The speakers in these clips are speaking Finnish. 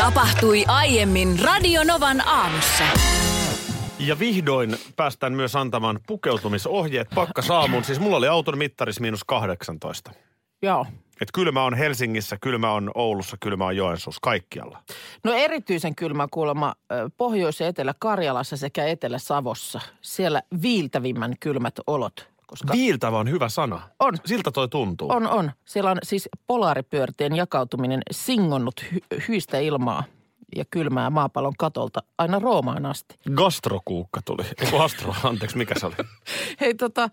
Tapahtui aiemmin Radionovan aamussa. Ja vihdoin päästään myös antamaan pukeutumisohjeet pakkasaamuun. Siis mulla oli auton mittaris miinus 18. Joo. Et kylmä on Helsingissä, kylmä on Oulussa, kylmä on Joensuussa, kaikkialla. No erityisen kylmä kuulemma ö, Pohjois- ja Etelä-Karjalassa sekä Etelä-Savossa. Siellä viiltävimmän kylmät olot. Koska Viiltävä on hyvä sana. On. Siltä toi tuntuu. on, on. Siellä on siis polaaripyörteen jakautuminen singonnut hy- hyistä ilmaa ja kylmää maapallon katolta aina Roomaan asti. Gastrokuukka tuli. Eiku astro, anteeksi, mikä se oli? Hei tota,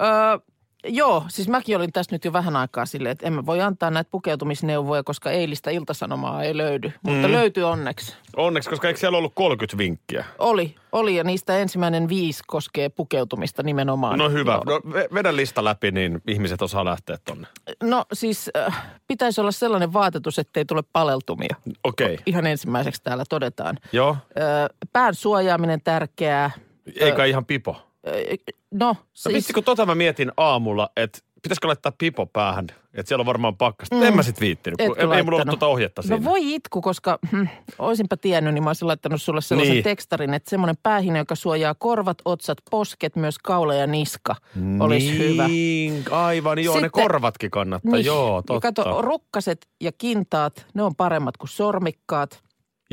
öö, joo, siis mäkin olin tässä nyt jo vähän aikaa silleen, että en mä voi antaa näitä pukeutumisneuvoja, koska eilistä iltasanomaa ei löydy. Mutta mm. löytyy onneksi. Onneksi, koska eikö siellä ollut 30 vinkkiä? Oli, oli ja niistä ensimmäinen viisi koskee pukeutumista nimenomaan. No hyvä. No, ve- vedä lista läpi, niin ihmiset osaa lähteä tonne. No siis äh, pitäisi olla sellainen vaatetus, ettei tule paleltumia. Okei. Okay. Ihan ensimmäiseksi täällä todetaan. Joo. Ö, pään suojaaminen tärkeää. Eikä ihan pipo. Ö, no No siis, vitsi, kun tota mä mietin aamulla, että pitäisikö laittaa pipo päähän, että siellä on varmaan pakkasta. Mm. En mä sit viittinyt, kun etkö ei, ei mulla ollut laittanut? tota ohjetta siinä. No voi itku, koska hm, olisinpa tiennyt, niin mä olisin laittanut sulle sellaisen Niin. niin. tekstarin, että semmoinen päähine, joka suojaa korvat, otsat, posket, myös kaula ja niska, olisi hyvä. Niin, aivan, joo, ne Sitten- korvatkin kannattaa, niin. joo, Ja totta. Kato, rukkaset ja kintaat, ne on paremmat kuin sormikkaat.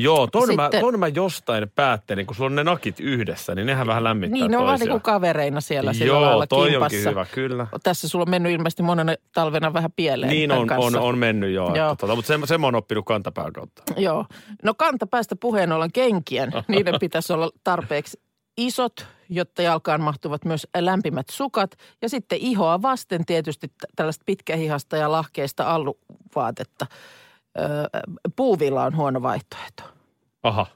joo, ton, mä, Sitten- ton mä jostain päättelin, kun sulla on ne nakit yhdessä, niin nehän vähän lämmittää niin, ne on vähän niin toisia. kuin kavereina siellä sillä Joo, lailla toi kimpassa. onkin hyvä, kyllä. Tässä sulla on mennyt ilmeisesti monena talvena vähän pieleen Niin tämän on, on, kanssa. on mennyt joo. joo. Joo. Tota, mutta sen, sen mä oon oppinut kantapään kautta. Joo. No kantapäästä puheen ollen kenkien, niiden pitäisi olla tarpeeksi isot, jotta jalkaan mahtuvat myös lämpimät sukat. Ja sitten ihoa vasten tietysti t- tällaista pitkähihasta ja lahkeista alluvaatetta. Öö, puuvilla on huono vaihtoehto. Aha.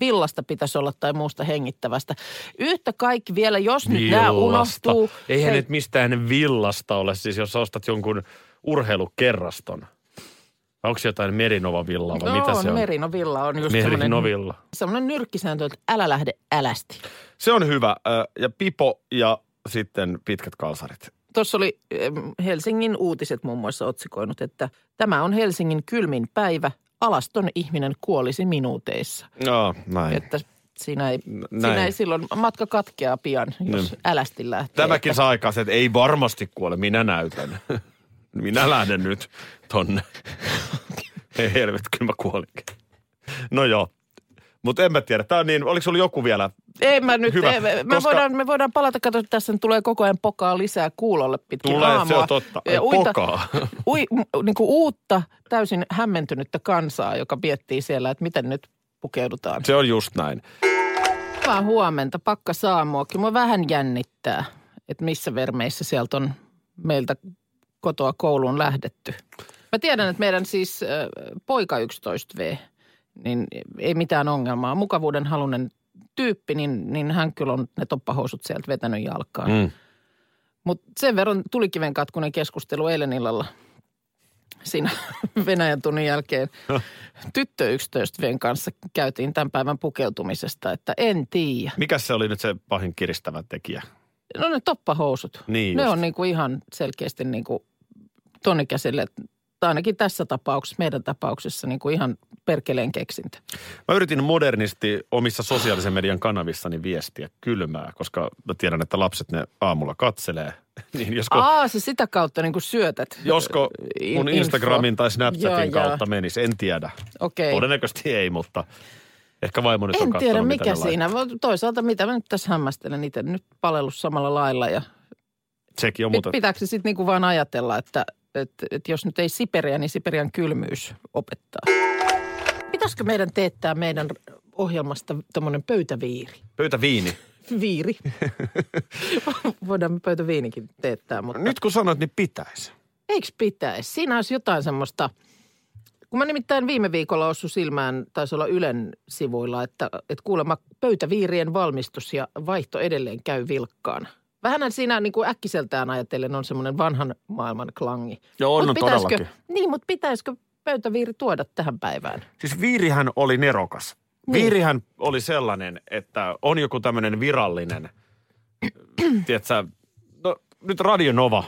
Villasta pitäisi olla tai muusta hengittävästä. Yhtä kaikki vielä, jos nyt nämä unohtuu. Eihän hei, nyt mistään villasta ole, siis jos sä ostat jonkun urheilukerraston. Vai Onko se jotain Merinova-villaa vai no, mitä se on? Merinovilla on just semmoinen, Merinovilla. semmoinen nyrkkisääntö, että älä lähde älästi. Se on hyvä. ö, Ja pipo ja sitten pitkät kalsarit. Tuossa oli em, Helsingin uutiset muun muassa otsikoinut, että tämä on Helsingin kylmin päivä. Alaston ihminen kuolisi minuuteissa. No, näin. Että siinä ei, Näin. Niin. siinä ei silloin, matka katkeaa pian, jos älästi lähtee. Tämäkin saa aikaan se, että ei varmasti kuole, minä näytän. Minä lähden nyt tonne. Ei helvet, kyllä mä kuolinkin. No joo, mutta en mä tiedä. Tää on niin, oliko sulla joku vielä? Ei mä nyt, Hyvä, ei, me, koska- koska... voidaan, me voidaan palata, kato, tässä tulee koko ajan pokaa lisää kuulolle pitkin Tulee, aamua. se on totta. Ei, pokaa. ui, m- niin kuin uutta, täysin hämmentynyttä kansaa, joka miettii siellä, että miten nyt pukeudutaan. Se on just näin. Hyvää huomenta, pakka saamuakin. Mua vähän jännittää, että missä vermeissä sieltä on meiltä kotoa kouluun lähdetty. Mä tiedän, että meidän siis äh, poika 11V, niin ei mitään ongelmaa. Mukavuuden halunen tyyppi, niin, niin hän kyllä on ne toppahousut sieltä vetänyt jalkaan. Mm. Mm. Mutta sen verran tulikiven katkunen keskustelu eilen illalla siinä Venäjän tunnin jälkeen tyttö 11Vn kanssa käytiin tämän päivän pukeutumisesta, että en tiedä. Mikäs se oli nyt se pahin kiristävä tekijä? No ne toppahousut. Niin ne just. on niinku ihan selkeästi niinku tonikäsille, tai ainakin tässä tapauksessa, meidän tapauksessa niinku ihan perkeleen keksintä. Mä yritin modernisti omissa sosiaalisen median kanavissani viestiä kylmää, koska mä tiedän, että lapset ne aamulla katselee. Niin josko, Aa, se sitä kautta niinku syötät. josko in- mun info. Instagramin tai Snapchatin Joo, joo. kautta menisi, en tiedä. Okei. Todennäköisesti ei, mutta ehkä vaimo nyt on En tiedä katsonut, mitä mikä ne laittaa. siinä. Mut Toisaalta mitä mä nyt tässä hämmästelen, itse nyt palellut samalla lailla ja No Sekin on Pit, muuten. pitääkö se sitten niinku vaan ajatella, että et, et jos nyt ei Siperia, niin Siperian kylmyys opettaa. Pitäisikö meidän teettää meidän ohjelmasta tuommoinen pöytäviiri? Pöytä viini. Viiri. Voidaan me pöytäviinikin teettää, mutta Nyt kun sanoit, niin pitäisi. eikö pitäisi? Siinä olisi jotain semmoista Kun mä nimittäin viime viikolla osu silmään, taisi olla Ylen sivuilla, että, että kuulemma pöytäviirien valmistus ja vaihto edelleen käy vilkkaan. Vähänhän siinä niin kuin äkkiseltään ajatellen on semmoinen vanhan maailman klangi. Joo, on, Mut on pitäisikö- todellakin. Niin, mutta pitäisikö pöytäviiri tuoda tähän päivään? Siis Viirihän oli nerokas. Niin. Viirihän oli sellainen, että on joku tämmöinen virallinen, tiedätkö, no nyt Radio Nova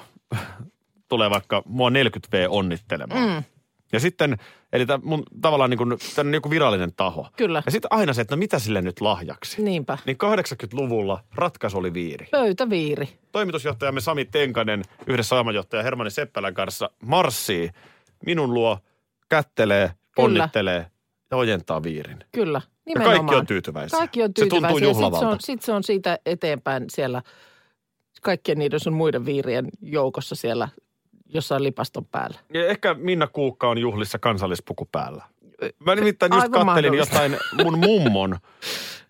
tulee vaikka mua 40V onnittelemaan. Mm. Ja sitten, eli tämä mun tavallaan niin kuin, tää on joku virallinen taho. Kyllä. Ja sitten aina se, että no mitä sille nyt lahjaksi. Niinpä. Niin 80-luvulla ratkaisu oli viiri. Pöytäviiri. Toimitusjohtajamme Sami Tenkanen yhdessä ohjelmajohtaja Hermanni Seppälän kanssa marssii minun luo, kättelee, Kyllä. onnittelee ja ojentaa viirin. Kyllä, Ja nimenomaan. kaikki on tyytyväisiä. Kaikki on Se tuntuu tyytyväisiä. Sitten se, juhlavalta. on, sit se on siitä eteenpäin siellä kaikkien niiden sun muiden viirien joukossa siellä jossain lipaston päällä. Ja ehkä Minna Kuukka on juhlissa kansallispuku päällä. Mä nimittäin just Aivan kattelin mahdollista. jotain mun mummon,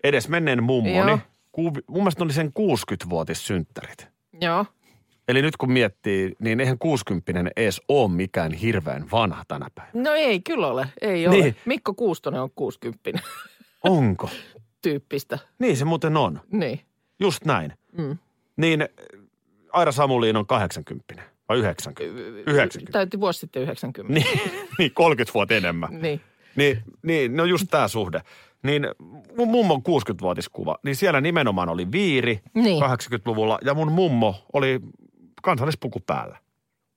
edes menneen mummoni. Joo. Kuuvi, mun mielestä ne oli sen 60-vuotissynttärit. Joo. Eli nyt kun miettii, niin eihän 60 edes ole mikään hirveän vanha tänä päivänä. No ei kyllä ole, ei ole. Niin. Mikko Kuustonen on 60 Onko? tyyppistä, Niin se muuten on. niin. Just näin. Mm. Niin Aira Samuliin on 80 vai Äh, 90? 90. Täytti vuosi sitten 90. Niin, niin 30 vuotta enemmän. Niin. Niin, niin no just tämä suhde. Niin mun mummon 60-vuotiskuva, niin siellä nimenomaan oli viiri Niin. 80-luvulla ja mun mummo oli kansallispuku päällä.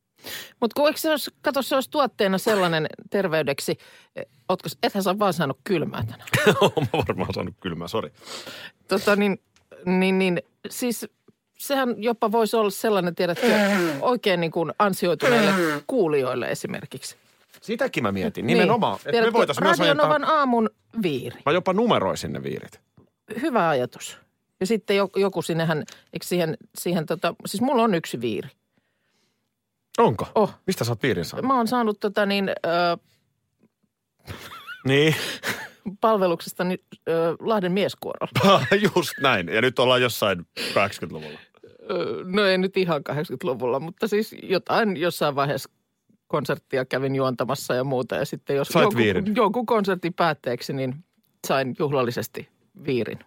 Mutta kun eikö se olisi, kato se olisi tuotteena sellainen terveydeksi, eh, ootko, ethän sä ole vaan saanut kylmää tänään. Olen varmaan saanut kylmää, sori. Tota niin, niin, niin, siis sehän jopa voisi olla sellainen, tiedätkö, oikein niin kuin ansioituneille kuulijoille esimerkiksi. Sitäkin mä mietin, Niin. nimenomaan. Niin. Että me Tiedätkö, voitaisiin myös Radionovan ajentaa, aamun viiri. mä jopa numeroisin ne viirit. Hyvä ajatus. Ja sitten jo- joku sinnehän, eikö siihen, siihen tota, siis mulla on yksi viiri. Onko? Oh. Mistä sä oot viirin saanut? Mä oon saanut tota niin, ö, Niin, palveluksestani ö, Lahden mieskuorolla. just näin. Ja nyt ollaan jossain 80-luvulla. Ö, No ei nyt ihan 80-luvulla, mutta siis jotain jossain vaiheessa konserttia kävin juontamassa ja muuta. Ja sitten jos Sait jonkun, viirin. jonkun konsertin päätteeksi, niin sain juhlallisesti viirin.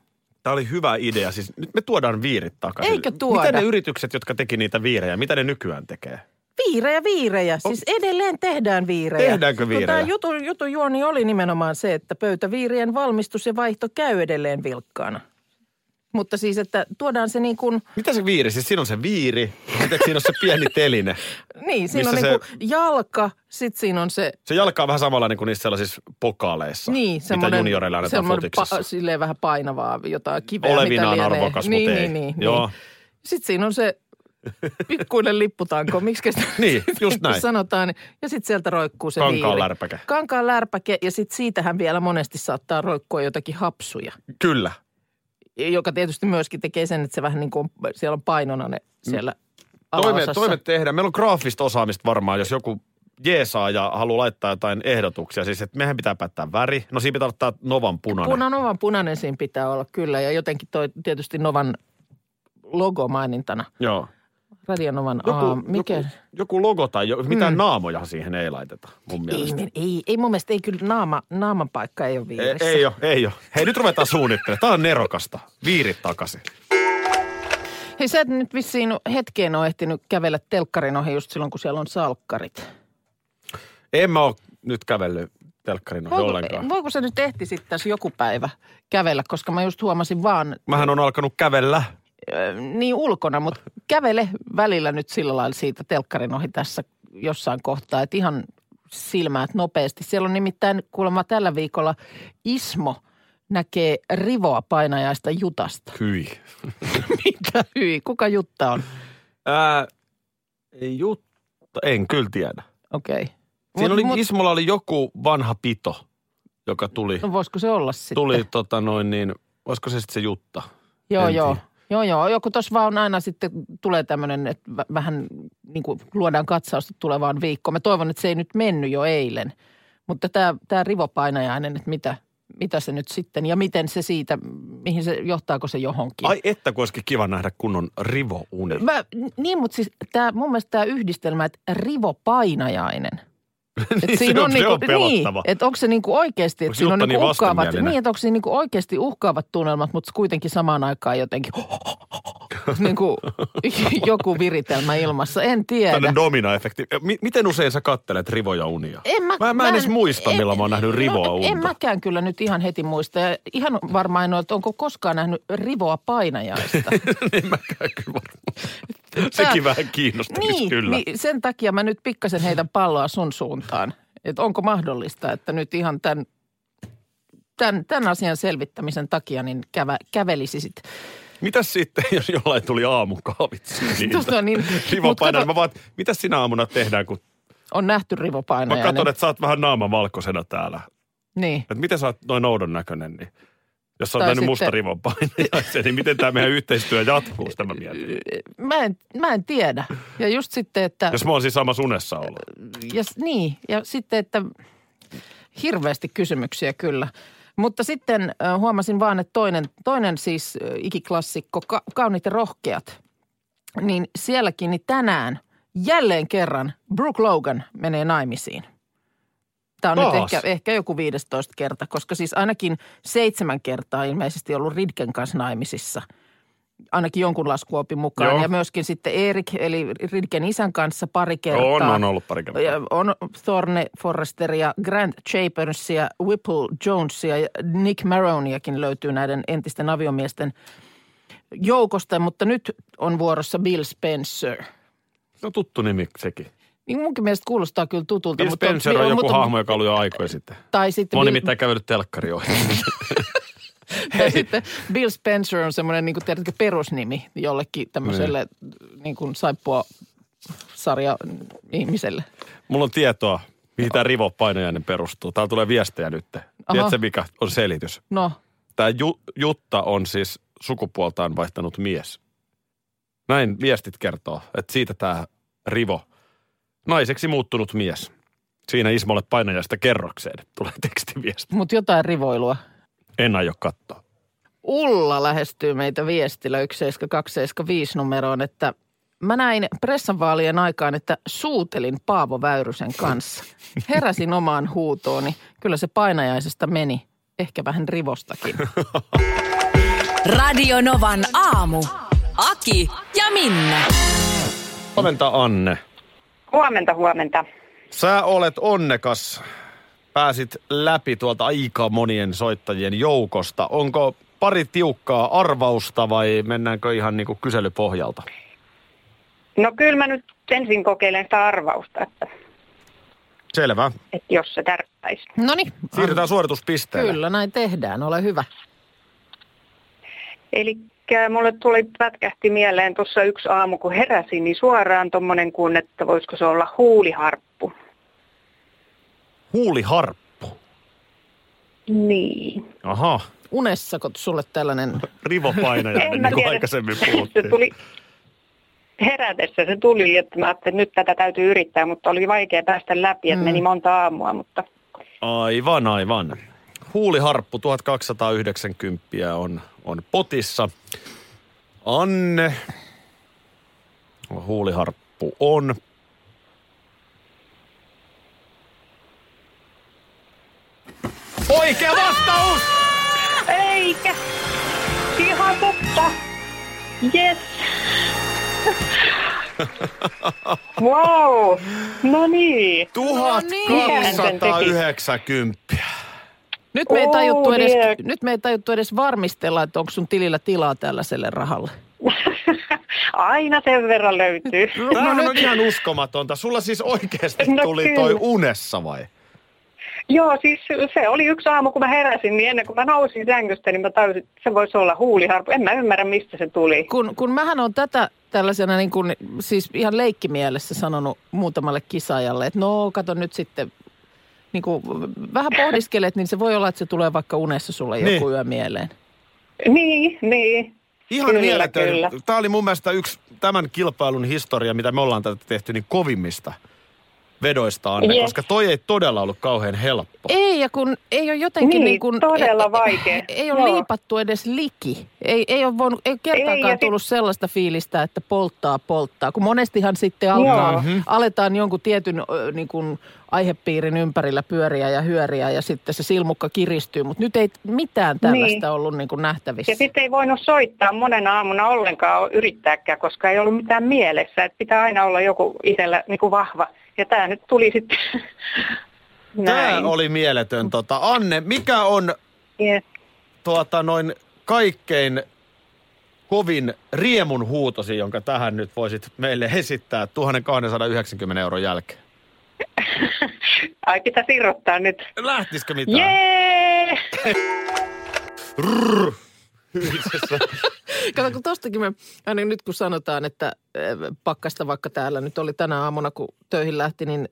Tämä oli hyvä idea. Siis nyt me tuodaan viirit takaisin. Eikö tuoda? Mitä ne yritykset, jotka teki niitä viirejä, mitä ne nykyään tekee? Viirejä, viirejä. Siis edelleen tehdään viirejä. Tehdäänkö Kun viirejä? Tämä jutu, jutu juoni oli nimenomaan se, että pöytäviirien valmistus ja vaihto käy edelleen vilkkaana. Mutta siis, että tuodaan se niin kuin, Mitä se viiri? Siis siinä on se viiri, sitten siinä on se pieni teline. niin, siinä Missä on niin kuin jalka, sit siinä on se Se jalka on vähän samanlainen kuin niissä sellaisissa pokaaleissa, Niin, mitä semmoinen, junioreilla annetaan semmoinen futiksessa. silleen vähän painavaa jotain kiveä. Olevinaan mitä lienee. arvokas, niin, mut ei. Niin, niin, Joo. niin. Sitten siinä on se pikkuinen lipputanko, miksi sitä Niin, just näin. sanotaan. Ja sitten sieltä roikkuu se Kankaan viiri. lärpäke. Kankaan lärpäke ja sitten siitähän vielä monesti saattaa roikkua jotakin hapsuja, Kyllä. joka tietysti myöskin tekee sen, että se vähän niin kuin, siellä on painona ne siellä Mm. Toime, alaosassa. toimet tehdään. Meillä on graafista osaamista varmaan, jos joku jeesaa ja haluaa laittaa jotain ehdotuksia. Siis, että mehän pitää päättää väri. No siinä pitää ottaa Novan punainen. Punan oman punainen siinä pitää olla kyllä ja jotenkin toi tietysti Novan logo mainintana. Joo. Radionovan aamu. Mikä? Mm. Joku, joku logo tai jo, mitään naamoja siihen ei laiteta mun mielestä. Ei, ei, ei, mun mielestä ei kyllä naama, naaman paikka ei ole Ei, viirissä. ei ole, ei ole. Hei, nyt ruvetaan suunnittelemaan. Tämä on nerokasta. Viirit takaisin. Hei sä et nyt vissiin hetkeen ole ehtinyt kävellä telkkarin ohi just silloin, kun siellä on salkkarit. En mä ole nyt kävellyt telkkarin ohi Voiko, No, ollenkaan. voiko sä nyt ehtisit tässä joku päivä kävellä, koska mä just huomasin vaan Mähän on alkanut kävellä. ö, niin ulkona, mutta kävele välillä nyt sillä lailla siitä telkkarin ohi tässä jossain kohtaa, että ihan silmäät nopeasti. Siellä on nimittäin kuulemma tällä viikolla Ismo näkee rivoa painajaista jutasta. Hyi. Mitä hyi? Kuka jutta on? Ää, jutta, en kyllä tiedä. Okei. Siinä Mut- oli, mut- Ismolla oli joku vanha pito, joka tuli, No voisiko se olla sitten? tuli tota noin niin, olisiko se sitten se Jutta? Joo, en joo. tiedä. Joo, joo. Joku tuossa vaan aina sitten tulee tämmöinen, että vä- vähän niin kuin luodaan katsausta tulevaan viikkoon. Mä toivon, että se ei nyt mennyt jo eilen. Mutta tämä, tämä rivopainajainen, että mitä, mitä se nyt sitten ja miten se siitä, mihin se, johtaako se johonkin. Ai että, kun olisikin kiva nähdä kunnon rivouni. Mä, niin, mutta siis tämä, mun mielestä tämä yhdistelmä, että rivopainajainen. Et Niin, se on- se on niin, pelottava. että onko se niinku oikeasti, Onko että siinä on Jutta niinku niin uhkaavat, vastenmielinen? niin, että onko siinä niinku oikeasti uhkaavat tunnelmat, mutta kuitenkin samaan aikaan jotenkin niinku joku viritelmä ilmassa. En tiedä. Tällainen domina-efekti. M- miten usein sä kattelet rivoja unia? En mä, mä, mä en edes muista, milloin mä oon nähnyt rivoa no, unta. En mäkään kyllä nyt ihan heti muista. Ja ihan varmaan en ole, että onko koskaan nähnyt rivoa painajaista. en mäkään kyllä varmaan. Sekin vähän kiinnostaisi niin, kyllä. niin, sen takia mä nyt pikkasen heitän palloa sun suuntaan. Että onko mahdollista, että nyt ihan tämän, tämän, tämän asian selvittämisen takia niin kävä, kävelisisit. Niin, Mitäs sitten, jos jollain tuli aamukahvit siitä? Tuosta niin, Rivo mut painaa. kato, No Mä vaan, että mitä sinä aamuna tehdään, kun on nähty mä rivopainajainen. katson, että sä oot vähän naama valkoisena täällä. Niin. Että miten sä oot noin oudon näköinen, niin jos sä oot Tai nähnyt musta sitten- rivon painajaisen, niin miten tämä meidän yhteistyö jatkuu, sitä mä mietin. Mä en, mä en tiedä. Ja just sitten, että... Jos mä oon siis sama sunessa olla. ja, s- niin, ja sitten, että hirveästi kysymyksiä kyllä. Mutta sitten ö, huomasin vaan, että toinen, toinen siis ö, ikiklassikko, ka- Kaunit ja rohkeat, niin sielläkin niin tänään jälleen kerran Brooke Logan menee naimisiin. Tämä on nyt Taas? ehkä, ehkä joku 15 kerta, koska siis ainakin seitsemän kertaa ilmeisesti ollut Ridken kanssa naimisissa. Ainakin jonkun laskuopin mukaan. Joo. Ja myöskin sitten Erik, eli Ridken isän kanssa pari kertaa. On, on ollut pari kertaa. Ja on Thorne Forresteria, Grant Chapersia, Whipple Jonesia ja Nick Maroniakin löytyy näiden entisten aviomiesten joukosta, mutta nyt on vuorossa Bill Spencer. Se on tuttu nimi sekin. Niin munkin mielestä kuulostaa kyllä tutulta. Bill mutta Spencer on joku mutta- hahmo, joka oli jo aikoja sitten. Tai sitten, Mä oon Bill, nimittäin kävellyt telkkari ohi. tai sitten Bill Spencer on semmoinen niin kuin, tiedätkö, perusnimi jollekin tämmöiselle niin kuin saippua sarja ihmiselle. Mulla on tietoa, mihin tämä rivo painajainen perustuu. Täällä tulee viestejä nyt. Tiedätkö mikä on selitys? No, Tämä Ju- Jutta on siis sukupuoltaan vaihtanut mies. Näin viestit kertoo, että siitä tämä rivo. Naiseksi muuttunut mies. Siinä Ismolle painajasta kerrokseen tulee tekstiviesti. mutta jotain rivoilua. En aio katsoa. Ulla lähestyy meitä viestillä 17275 numeroon, että mä näin pressanvaalien aikaan, että suutelin Paavo Väyrysen kanssa. Heräsin omaan huutooni. Kyllä se painajaisesta meni. Ehkä vähän rivostakin. Radio Novan aamu. Aki ja Minna. Huomenta Anne. Huomenta, huomenta. Sä olet onnekas. Pääsit läpi tuolta aika monien soittajien joukosta. Onko pari tiukkaa arvausta vai mennäänkö ihan niin kuin kyselypohjalta? No kyllä mä nyt ensin kokeilen sitä arvausta, että, Selvä. että jos se tärppäisi. No niin, Siirrytään suorituspisteelle. kyllä näin tehdään. Ole hyvä. Eli mulle tuli pätkähti mieleen tuossa yksi aamu, kun heräsin, niin suoraan tuommoinen kuin, että voisiko se olla huuliharppu. Huuliharppu. Niin. Aha. Unessako sulle tällainen... Rivopainaja, niin kuin aikaisemmin puhuttiin. se tuli herätessä se tuli, että mä ajattelin, että nyt tätä täytyy yrittää, mutta oli vaikea päästä läpi, Mm. että meni monta aamua, mutta Aivan, aivan. Huuliharppu 1290 on, on potissa. Anne, huuliharppu on. Oikea vastaus! eikä. Ihan totta. Yes. wow. No niin. Nyt me ei Oh, tajuttu edes, dear. nyt me ei tajuttu edes varmistella, että onko sun tilillä tilaa tällaiselle rahalle. Aina sen verran löytyy. Tämä on ihan uskomatonta. Sulla siis oikeasti No tuli toi kyllä. unessa vai? Joo, siis se oli yksi aamu, kun mä heräsin, niin ennen kuin mä nousin sängystä, niin mä tajusin, että se voisi olla huuliharppu. En mä ymmärrä, mistä se tuli. Kun, kun mähän on tätä tällaisena niin kuin, siis ihan leikkimielessä sanonut muutamalle kisaajalle, että no kato nyt sitten, niin kuin, vähän pohdiskelet, niin se voi olla, että se tulee vaikka unessa sulle joku Niin. yö mieleen. Niin, niin. Ihan Kyllä, mieletön. kyllä. Tämä oli mun mielestä yksi tämän kilpailun historia, mitä me ollaan tätä tehty, niin kovimmista. vedoista, Anne, Yes. koska toi ei todella ollut kauhean helppo. Ei, ja kun ei ole jotenkin Niin, niin, kuin... todella ei- vaikea. Ei, ei ole Joo. liipattu edes liki. Ei, ei ole voinut, ei ole Ei, kertaakaan ja ei, sit- tullut sellaista fiilistä, että polttaa, polttaa. Kun monestihan sitten alkaa, Joo. aletaan jonkun tietyn ö, niin kuin aihepiirin ympärillä pyöriä ja hyöriä ja sitten se silmukka kiristyy. Mutta nyt ei mitään tällaista Niin. ollut niin kuin nähtävissä. Ja sitten ei voinut soittaa monena aamuna ollenkaan yrittääkään, koska ei ollut mitään mielessä. Että pitää aina olla joku itsellä niin kuin vahva. Ja tämä nyt tuli sitten Tämä näin. oli mieletön. Tota, Anne, mikä on Yes. tuota, noin kaikkein kovin riemun huutosi, jonka tähän nyt voisit meille esittää 1290 euron jälkeen? Ai pitää irrottaa nyt. Lähtisikö mitään? Jee! Kato, kun tostakin me, aina nyt kun sanotaan, että eh, pakkasta vaikka täällä nyt oli tänä aamuna, kun töihin lähti, niin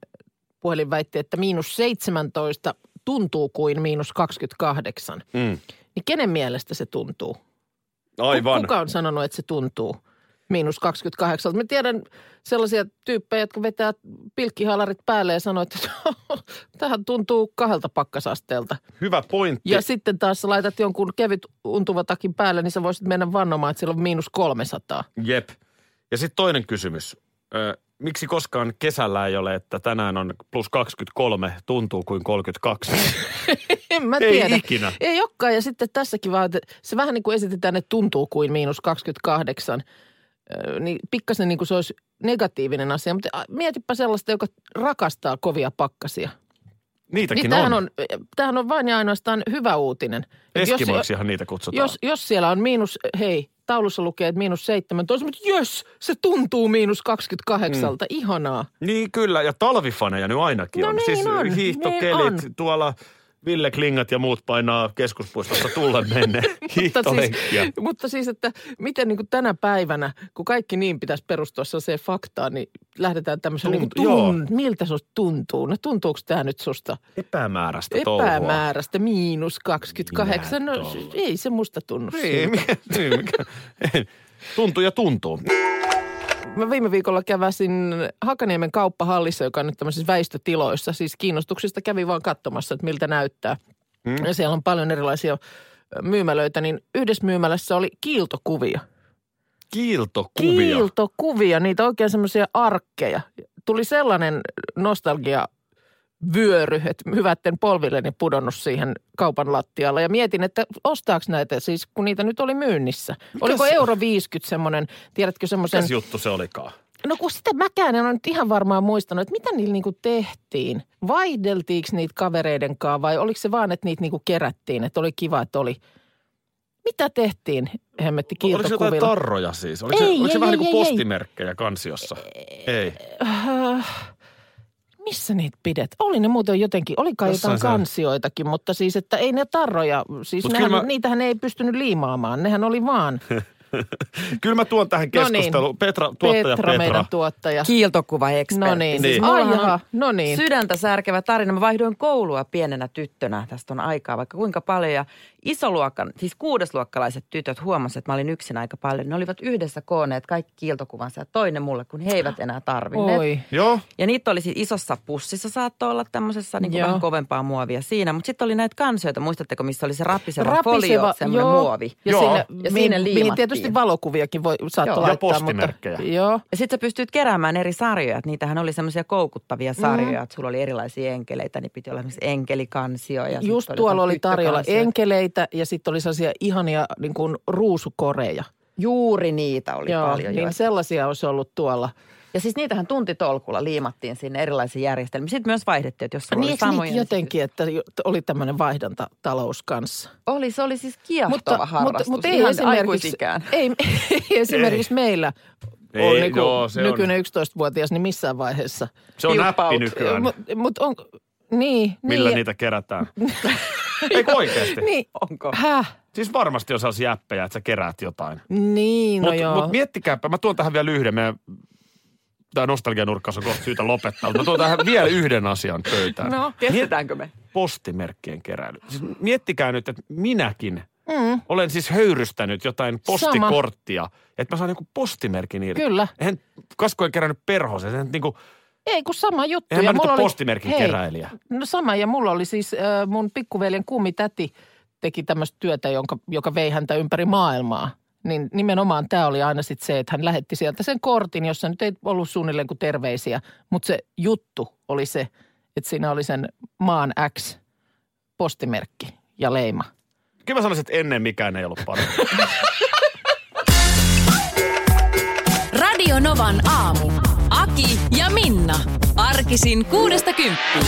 puhelin väitti, että miinus 17 tuntuu kuin miinus 28. Mm. Niin kenen mielestä se tuntuu? Aivan. Kuka on sanonut, että se tuntuu miinus 28? Mä tiedän sellaisia tyyppejä, jotka vetää pilkkihaalarit päälle ja sanoo, että tähän tuntuu kahdelta pakkasasteelta. Hyvä pointti. Ja sitten taas sä laitat jonkun kevyt untuvatakin päälle, niin sä voisit mennä vannomaan, että siellä on miinus 300. Jep. Ja sitten toinen kysymys. Ö, miksi koskaan kesällä ei ole, että tänään on plus 23, tuntuu kuin 32? En mä Ei tiedä. ikinä. Ei olekaan. Ja sitten tässäkin vaan, että se vähän niin kuin esitetään, että tuntuu kuin miinus 28. Öö, Niin pikkasen niin kuin se olisi negatiivinen asia. Mutta a, mietipä sellaista, joka rakastaa kovia pakkasia. Niitäkin Niin tämähän, on. on. tämähän on vain ja ainoastaan hyvä uutinen. Et jos- Eskimoiksihan niitä kutsutaan. Jos, jos siellä on miinus, hei, taulussa lukee, että miinus 17, mutta jos se tuntuu miinus 28, mm. ihanaa. Niin kyllä, ja talvifaneja nyt ainakin No on. niin siis on, hiihtokelit, niin on. tuolla Ville Klingat ja muut painaa keskuspuistossa tulle menne hiihtolenkkiä. siis, mutta siis, että miten niin kuin tänä päivänä, kun kaikki niin pitäisi perustua sellaiseen faktaan, niin lähdetään tämmöisen niin Tuntu- joo. tun, miltä susta tuntuu? No tuntuuko tämä nyt susta Epämääräistä touhua. epämääräistä, miinus 28? Minä No tuolla. ei se musta tunnu Niin, mikä, niin, mikä, tuntuu ja tuntuu. Mä viime viikolla käväsin Hakaniemen kauppahallissa, joka on nyt tämmöisissä väistötiloissa. Siis kiinnostuksista kävi vaan katsomassa, että miltä näyttää. Mm. Ja siellä on paljon erilaisia myymälöitä, niin yhdessä myymälässä oli kiiltokuvia. Kiiltokuvia. Kiiltokuvia, niitä oikein semmoisia arkkeja. Tuli sellainen nostalgia vyöry, että hyvätten polvilleni pudonnut siihen kaupan lattialle. Ja mietin, että ostaako näitä siis, kun niitä nyt oli myynnissä. Oliko euro 50 semmoinen, tiedätkö semmoisen... Mikäs juttu se olikaan? No kun sitä mäkään en ole nyt ihan varmaan muistanut, että mitä niillä niinku tehtiin? Vaihdeltiinko niitä kavereiden kanssa vai oliko se vaan, että niitä niinku kerättiin, että oli kiva, että oli? Mitä tehtiin hemmetti Oliko se jotain kiiltokuvilla? tarroja siis? Oliko se, Ei, oliko se ei, vähän ei, niin kuin ei, ei. postimerkkejä kansiossa? Ei. Äh, missä niitä pidet? Oli ne muuten jotenkin, olikaan Jossain jotain siellä. kansioitakin, mutta siis, että ei ne tarroja, siis Mut nehän, kyllä mä... mä- niitähän ei pystynyt liimaamaan, nehän oli vaan Kyllä mä tuon tähän No niin. keskusteluun. Petra, tuottaja Petra. Petra, meidän tuottaja. Kiiltokuvaekspertti. No niin, Niin. siis mullahan ai on jaha, no niin. Sydäntä särkevä tarina. Mä vaihdoin koulua pienenä tyttönä. Tästä on aikaa vaikka kuinka paljon. Ja isoluokan, siis kuudesluokkalaiset tytöt huomasivat, että mä olin yksin aika paljon. Ne olivat yhdessä kooneet kaikki kiiltokuvansa ja toinen mulle, kun he eivät enää tarvinneet. Oi. Joo, Ja niitä oli siis isossa pussissa, saattoi olla tämmöisessä niin kuin Joo. vähän kovempaa muovia siinä. Mutta sitten oli näitä kansioita, muistatteko, missä oli se rapiseva, folio, Rapiseva, semmoinen joo. muovi. Ja, Joo. Siinä, Ja siinä mihin, mihin liimattiin. tietysti valokuviakin voi, saattoi Joo. joo. Ja laittaa. postimerkkejä. Mutta, joo. Ja sitten sä pystyt keräämään eri sarjoja. että Niitähän oli semmoisia koukuttavia Mhm. sarjoja, että sulla oli erilaisia enkeleitä. Niin piti olla esimerkiksi enkelikansio. Ja sit Just tuolla jotain oli tarjolla tyttökansio. enkeleitä ja sitten oli sellaisia ihania niin kuin ruusukoreja. Juuri niitä oli paljon. niin joo. sellaisia olisi ollut tuolla. Ja siis niitähän tuntitolkulla liimattiin sinne erilaisiin järjestelmiin. Sitten myös vaihdettiin, että jos sulla Niin oli eikö samoja. niitä niin jotenkin, että jo- oli tämmöinen vaihdantatalous kanssa? sit- Oli, se oli siis kiehtova harrastus. mutta ei ihan esimerkiksi, aikuisikään. ei, ei esimerkiksi meillä Ei, ei, on niinku joo, se on- nykyinen 11-vuotias, niin missään vaiheessa. Se on piupaut. näppi nykyään. Mut, mut on, niin, millä niin, niitä kerätään. Eikö oikeasti? Niin, Onko? häh? Siis varmasti on sellaisia äppejä, että sä keräät jotain. Niin, no Mutta joo. mut miettikääpä, mä tuon tähän vielä yhden. Meidän, tämä nostalgianurkkaus on kohta syytä lopettaa, mutta mä tuon tähän vielä yhden asian pöytään. No. Kestetäänkö me? Postimerkkien keräily. Siis miettikää nyt, että minäkin Mm, olen siis höyrystänyt jotain postikorttia, että mä saan joku niinku postimerkin irti. Kyllä. Eihän Kasko ei kerännyt perhoseen, se niinku Ei, kun sama juttu. Eihän mä nyt mulla ole oli- postimerkin Hei, keräilijä. No sama, ja mulla oli siis äh, mun pikkuveljen kumitäti teki tämmöistä työtä, jonka, joka vei häntä ympäri maailmaa. Niin nimenomaan tämä oli aina sitten se, että hän lähetti sieltä sen kortin, jossa nyt ei ollut suunnilleen kuin terveisiä, mutta se juttu oli se, että siinä oli sen maan X postimerkki ja leima. Kyllä mä sanoisin, että ennen mikään ei ollut parempi. Radio Novan aamu. Aki ja Minna. Arkisin kuudesta kymppiin.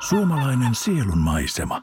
Suomalainen sielunmaisema.